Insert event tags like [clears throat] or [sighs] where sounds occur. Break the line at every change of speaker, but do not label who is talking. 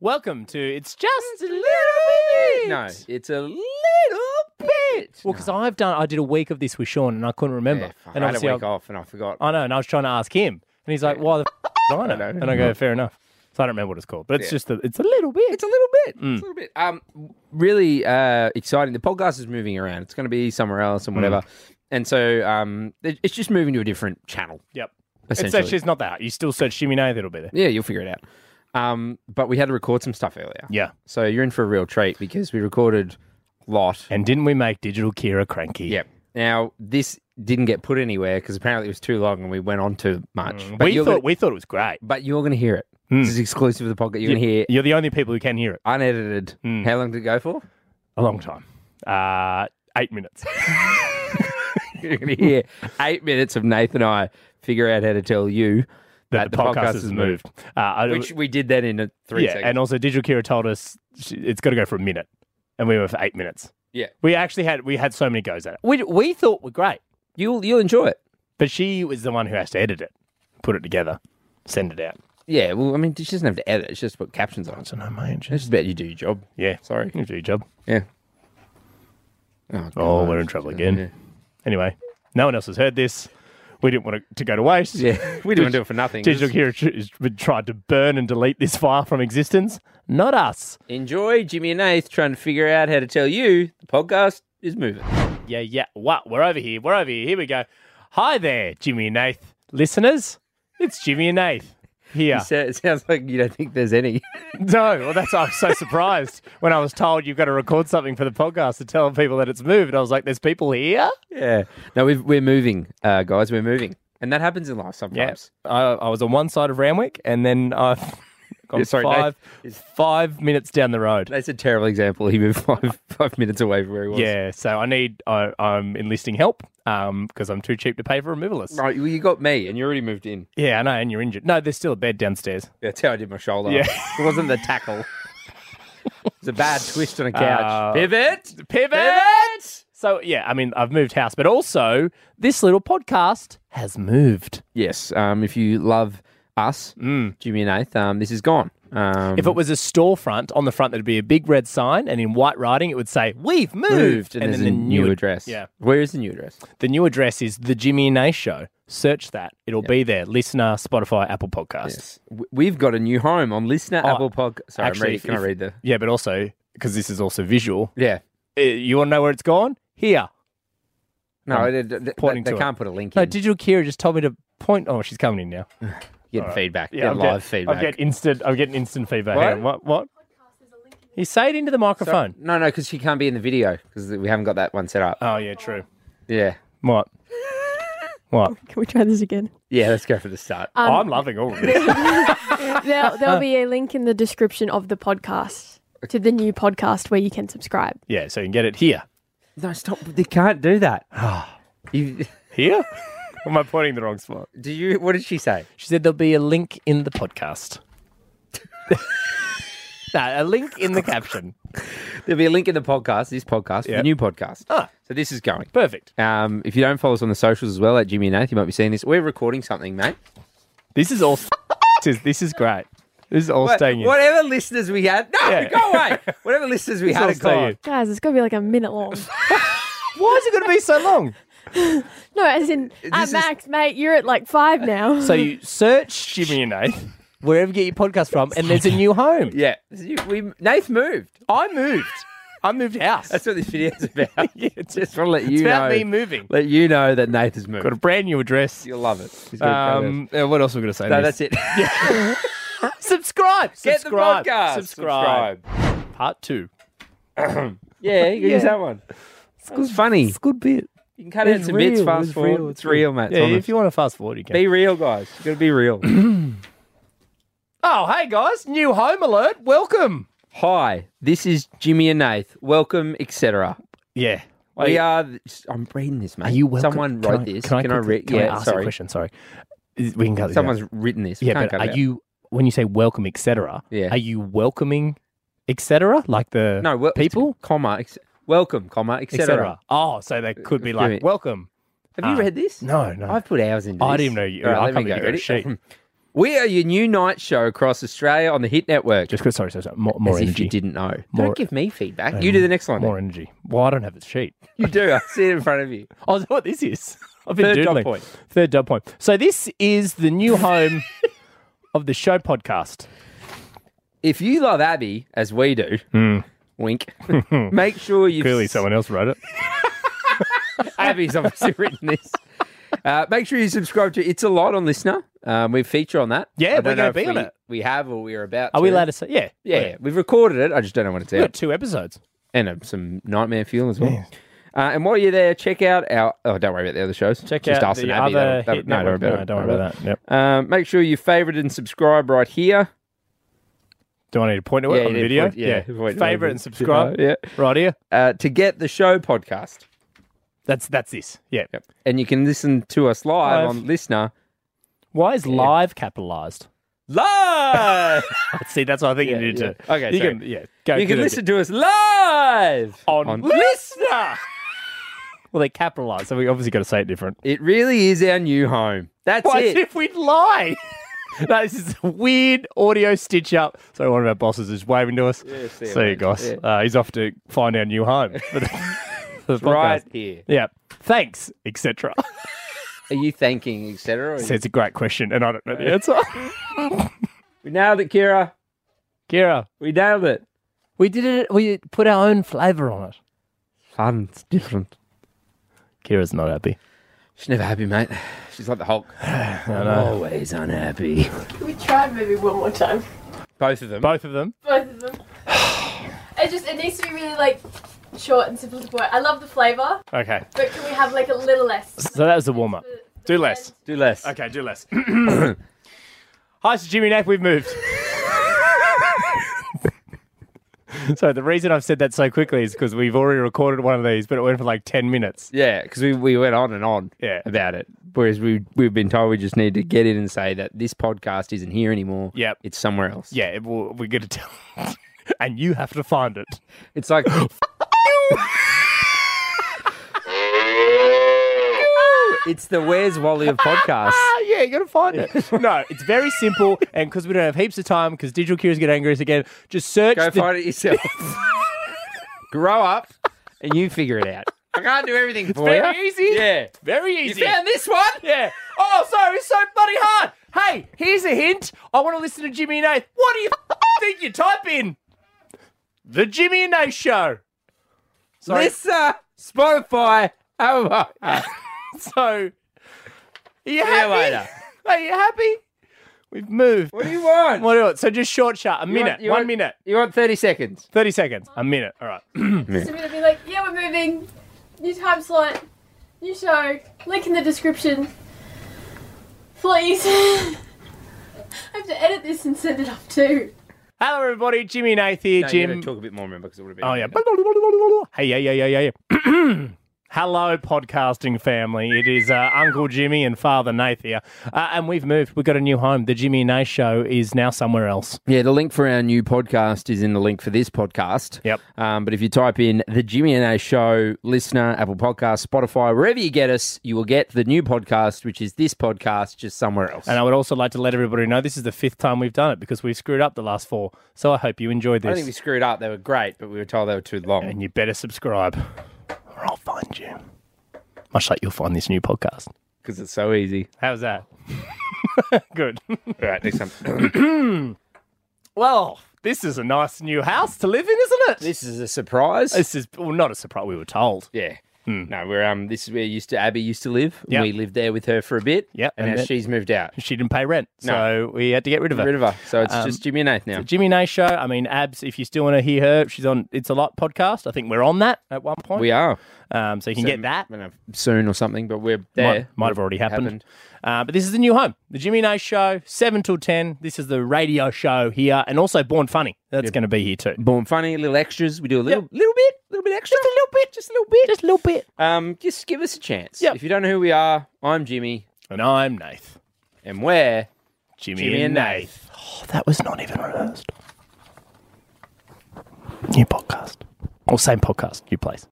Welcome to It's Just a Little Bit.
No, it's a little bit.
Well, because I've done, I did a week of this with Sean and I couldn't remember.
Yeah, fuck,
and
I had a
obviously Oh,
week off and I forgot.
I know, and I was trying to ask him, and he's like, "Why the f- do I know?"
know.
And I go, "Fair enough." So I don't remember what it's called, but it's
Yeah.
just a, it's a little bit.
It's a little bit.
Mm.
It's a little bit. Um, really uh, exciting. The podcast is moving around. It's going to be somewhere else
Mm.
and whatever. And so um, it- it's just moving to a different channel.
yep. It's
Essentially.
actually it's not that. You still search Jimmy Nath, it'll be there.
Yeah, you'll figure it out. Um, but we had to record some stuff earlier.
Yeah.
So you're in for a real treat because we recorded a lot.
And didn't we make Digital Kira cranky?
Yep. Now this didn't get put anywhere because apparently it was too long and we went on too much. But
Mm. we
you're
thought Mm.
gonna,
we thought it was great.
but you're going to hear it. This is exclusive of the podcast. You're going to hear
You're the only people who can hear it.
unedited. How long did it go for? [laughs]
A long time. Uh, eight minutes.
You're going to hear eight minutes of Nathan and I figure out how to tell you
that the, podcast, has moved. Uh, I,
Which we did that in a three
yeah,
seconds.
and also Digital Kira told us she- it's got to go for a minute, and we went for eight minutes.
yeah.
We actually had we had so many goes at it. We we thought were great.
You'll, you'll enjoy it.
But she was the one who has to edit it, put it together, send it out.
Yeah. Well, I mean, she doesn't have to edit. She just put captions on. It's
So no, my interest.
just about you do your job.
Yeah,
Sorry.
You do your job.
Yeah. Oh,
Oh,
God.
we're in trouble again. Anyway, no one else has heard this. We didn't want it to go to waste.
[laughs] Yeah. We didn't do it for nothing.
Digital
Just
Kira tr- is- tried to burn and delete this file from existence. Not us.
enjoy Jimmy and Nath trying to figure out how to tell you the podcast is moving.
Yeah, yeah. What? We're over here. We're over here. Here we go. Hi there, Jimmy and Nath listeners. It's Jimmy and Nath here.
So it sounds like you don't think there's any.
No, well, that's I was so surprised when I was told you've got to record something for the podcast to tell people that it's moved. I was like, "There's people here."
yeah. No, we've, we're moving, uh, guys. We're moving. And that happens in life sometimes.
I, I was on one side of Ramwick, and then I've [laughs] gone
Yeah, sorry,
five
Nate.
five minutes down the road.
That's a terrible example. He moved five, five minutes away from where he was.
Yeah, so I need I, I'm enlisting help because I'm too cheap to pay for removalists.
Right, well, you got me, and you already moved in.
Yeah, I know, and you're injured. No, there's still a bed downstairs.
That's how I did my shoulder.
Yeah.
it wasn't the tackle. It's a bad twist on a couch.
Uh,
pivot,
Pivot! So yeah, I mean, I've moved house, but also this little podcast has moved.
Yes. Um, if you love us, Jimmy and Nath, um, this is gone. Um,
Mm. If it was a storefront, on the front there'd be a big red sign, and in white writing it would say, "We've moved,",
moved and,
then
there's a new address.
Yeah,
Where is the new address?
the new address is the Jimmy and Nath Show. Search that; it'll be there. Listener, Spotify, Apple Podcast.
Yes. W- We've got a new home on Listener Apple Pod.
Oh,
Sorry,
actually,
I'm reading.
if-
Can I
if-
read the?
Yeah, but also because this is also visual,
Yeah.
Uh, you want to know where it's gone? Here.
No, they, they- they-
pointing
they
to it.
can't put a link in.
No, Digital Kira just told me to point. Oh, she's coming in now.
getting feedback. Yeah,
I'm get-
live feedback.
I'm getting instant. I'm getting instant feedback.
What?
Hang on, what? What? You say it into the microphone.
no, no, because she can't be in the video because we haven't got that one set up.
Oh yeah, true.
Yeah.
What? What?
Can we try this again?
Yeah, let's go for the start.
I'm loving all of this.
[laughs] There'll, there'll be a link in the description of the podcast to the new podcast where you can subscribe.
yeah, so you can get it here.
No, stop. They can't
[sighs]
do that.
Ah.
you, [laughs]
Here? [laughs] Or am I pointing the wrong spot?
do you? What did she say?
She said there'll be a link in the [laughs] podcast. no, a link in the caption.
There'll be a link in the podcast, this podcast,
Yep.
the new podcast.
Ah.
So this is going.
Perfect.
Um, if you don't follow us on the socials as well, at Jimmy and Nath, you might be seeing this. We're recording something, mate.
This is all. this, is, this is great. This is all
What-
staying in.
whatever listeners we had, no,
Yeah.
go
[laughs]
away. whatever listeners we
This is
had,
all
are gone.
staying in.
Guys, it's going to be like a minute [laughs] long.
Why is it going to be so long?
No, as in, at
is-
max, mate, you're at like five [laughs] now.
So you search Jimmy and Nath wherever you get your podcast from, and there's a new home.
Yeah, You- we Nath moved.
[laughs] I moved. I moved house.
That's what this video's about.
[laughs]
[laughs]
Yeah, it's
Just want to let you
it's about
know,
me moving.
let you know that Nath has moved.
Got a brand new address.
You'll love it. He's gonna go
Um, uh, what else are we going to say?
there. no,
This-
that's it.
[laughs] subscribe.
Get the
subscribe.
podcast.
Subscribe. Part two.
Yeah, you can use that one. It's funny.
good bit.
You can cut out
It's
some bits
real,
fast
it's
forward.
real,
it's
it's
real, mate.
Yeah,
Thomas.
if you want to fast forward, you can.
Be real, guys. You gotta
[clears throat]
be real.
oh, hey guys, new home alert. Welcome.
Hi, this is Jimmy and Nath. Welcome, etc.
Yeah.
We are. th- I'm reading this, mate.
Are you welcome?
Someone
Can
wrote
I-
this.
Can I, quickly-
read?
can I
yeah,
ask a
sorry.
question? Sorry. Is- We can cut this out.
Someone's written this. We
Yeah,
can't
but
cut it
are
out.
you when you say welcome, etc.
Yeah.
Are you welcoming, etc. Like the
No, well,
people,
comma, ex- welcome, comma, etc.
etc. Oh, so they could be like
Wait.
welcome.
Have you
Ah.
read this?
No, no.
I've put hours into this.
I didn't know you-
All right,
I
let
can't
me
believe
go.
you got a
Ready?
sheet.
[laughs] We are your new night show across Australia on the Hit Network.
Just quick, sorry, sorry, sorry. More, more
As if you
energy.
didn't know.
More-
Don't give me feedback. You do the next one.
More energy. Well, I don't have a sheet. [laughs]
You do. I see it in front of you.
Oh, is that what this is? I've been
Third dub
doodling.
point.
Third dub point. So this is the new home
[laughs]
of the show podcast.
If you love Abby as we do,
[laughs]
wink, make sure you
Hmm. Clearly, someone else wrote it.
Abby's obviously written this. Uh, make sure you subscribe to It's a Lot on Listener. Um, we feature on that.
Yeah,
I don't
we're gonna
know if
be on
we-
it.
We have or we are about.
Are we
to.
allowed to say? Yeah,
Yeah, yeah, we've recorded it. I just don't know when it's
We
out.
got two episodes.
And uh, some nightmare fuel as well. Uh, and while you're there, check out our. Oh, don't worry about the other shows.
Check
just
out
us
the
and Abby.
other.
That'll-
hit
that'll- no,
network.
don't worry about
No,
it.
don't worry about that. Yep.
Uh, make sure you favorite and subscribe right here.
Do I need to point to it
Yeah,
on the
yeah,
video?
point- yeah, point to it.
Favorite and subscribe.
Yeah.
Right here.
Uh, to get the show podcast.
That's that's this. Yeah.
And you can listen to us live,
Live.
on Listener.
Why is live capitalized? [laughs]
Live!
See, that's what I think
Yeah,
you need
yeah.
to.
Okay,
you
sorry.
can, yeah, go
you
do
can
it
listen to us live
On
Listener.
again. [laughs] Well, they capitalized, so we obviously got to say it different.
It really is our new home. That's
Why
it.
if we'd lie? no, this is a weird audio stitch up. So one of our bosses is waving to us.
Yeah, see you,
see you,
mate.
guys.
Yeah.
Uh, he's off to find our new home. For the, [laughs] for the
Right
[laughs] podcast.
here.
Yeah. Thanks, etc.
Are you thanking,
[laughs]
etc.?
so it's a great question, and I don't know the answer.
We nailed it, Kira.
[laughs] Kira,
We nailed it.
we did it. We put our own flavour on it.
Fun. It's different.
Kira's not happy.
She's never happy, mate. She's like the [sighs] Hulk. Always unhappy.
Can we try maybe one more time?
Both of them.
Both of them.
Both of [sighs] them. it just it needs to be really like short and simple to point. I love the flavour,
Okay.
but can we have like a little less?
So that was the warm up. Do less.
Do less.
Okay, do [clears throat] less. Hi, it's Jimmy Nath. We've moved. [laughs] so the reason I've said that so quickly is because we've already recorded one of these, but it went for like ten minutes.
Yeah, because we, we went on and on
Yeah.
about it. Whereas we we've been told we just need to get in and say that this podcast isn't here anymore.
Yep.
It's somewhere else.
Yeah, it, will we're gonna tell, [laughs] and you have to find [laughs] it.
It's [gasps] like It's the Where's Wally of podcasts. [laughs]
Ah, yeah, you gotta find it. [laughs] no, it's very simple, and because we don't have heaps of time, because digital Kira's get angry at us again. Just search.
Go
the-
find it [laughs] yourself. Grow up and you figure it out. I can't do everything for you.
very easy.
Yeah.
Very easy.
Found this one?
Yeah. Oh, sorry, it's so bloody hard. Hey, here's a hint. I want to listen to Jimmy and Nath. What do you [laughs] think you type in? The Jimmy and Nath Show. Sorry.
Lisa, Spotify. Oh, my.
[laughs] So, are you
you
happy?
later.
Are you happy? We've moved.
[laughs] what do you want?
What do it? So just short, sharp. A
You want-
minute.
you
One
want-
minute.
You want 30 seconds.
Thirty seconds. A minute. All right.
So we're gonna be like, yeah, we're moving. New time slot, new show. Link in the description. Please. [laughs] I have to edit this and send it off too.
Hello, everybody. Jimmy and Nath here.
No, you gotta
Jim.
talk a bit more, remember, because it would have been.
Oh yeah. [laughs] Hey yeah yeah yeah yeah yeah. [clears throat] Hello, podcasting family. It is uh, Uncle Jimmy and Father Nath here, uh, and we've moved. We've got a new home. The Jimmy and Nath Show is now somewhere else.
Yeah, the link for our new podcast is in the link for this podcast.
Yep.
Um, but if you type in the Jimmy and A Show, listener, Apple Podcast, Spotify, wherever you get us, you will get the new podcast, which is this podcast, just somewhere else.
And I would also like to let everybody know this is the fifth time we've done it because we've screwed up the last four. So I hope you enjoyed
I
this.
think we screwed up. They were great, but we were told they were too long.
and you better subscribe, or I'll find you. Much like you'll find this new podcast.
Because it's so easy.
How's that? [laughs] Good. [laughs]
All right, next time.
Well, this is a nice new house to live in, isn't it?
[coughs] this is a surprise.
This is well, not a surprise. We were told.
yeah. No, we're um. This is where used to Abby used to live.
Hmm. Yep.
We lived there with her for a bit.
Yep,
And,
and
now
then-
she's moved out.
[laughs] she didn't pay rent, so we had to get rid of her.
Rid of her. So it's
Um,
just Jimmy and Nath now.
Jimmy Nash show. I mean, Abs. If you still want to hear her, she's on. It's a lot podcast. I think we're on that at one point.
we are.
Um, so you can get that.
I don't know, soon or something, but we're
Might,
there.
might have already happened.
happened.
Uh, but this is the new home, the Jimmy Nash show, seven till ten. This is the radio show here, and also Born Funny. That's going to be here too.
Born funny, little extras. We do a little,
Yep.
little bit, little bit extra, just a little bit, just a little bit.
Just a little bit.
Um, just give us a chance.
Yep.
If you don't know who we are, I'm Jimmy,
And I'm Nath.
and we're
Jimmy,
Jimmy and Nath.
Oh, that was not even rehearsed. New podcast, or same podcast, new place.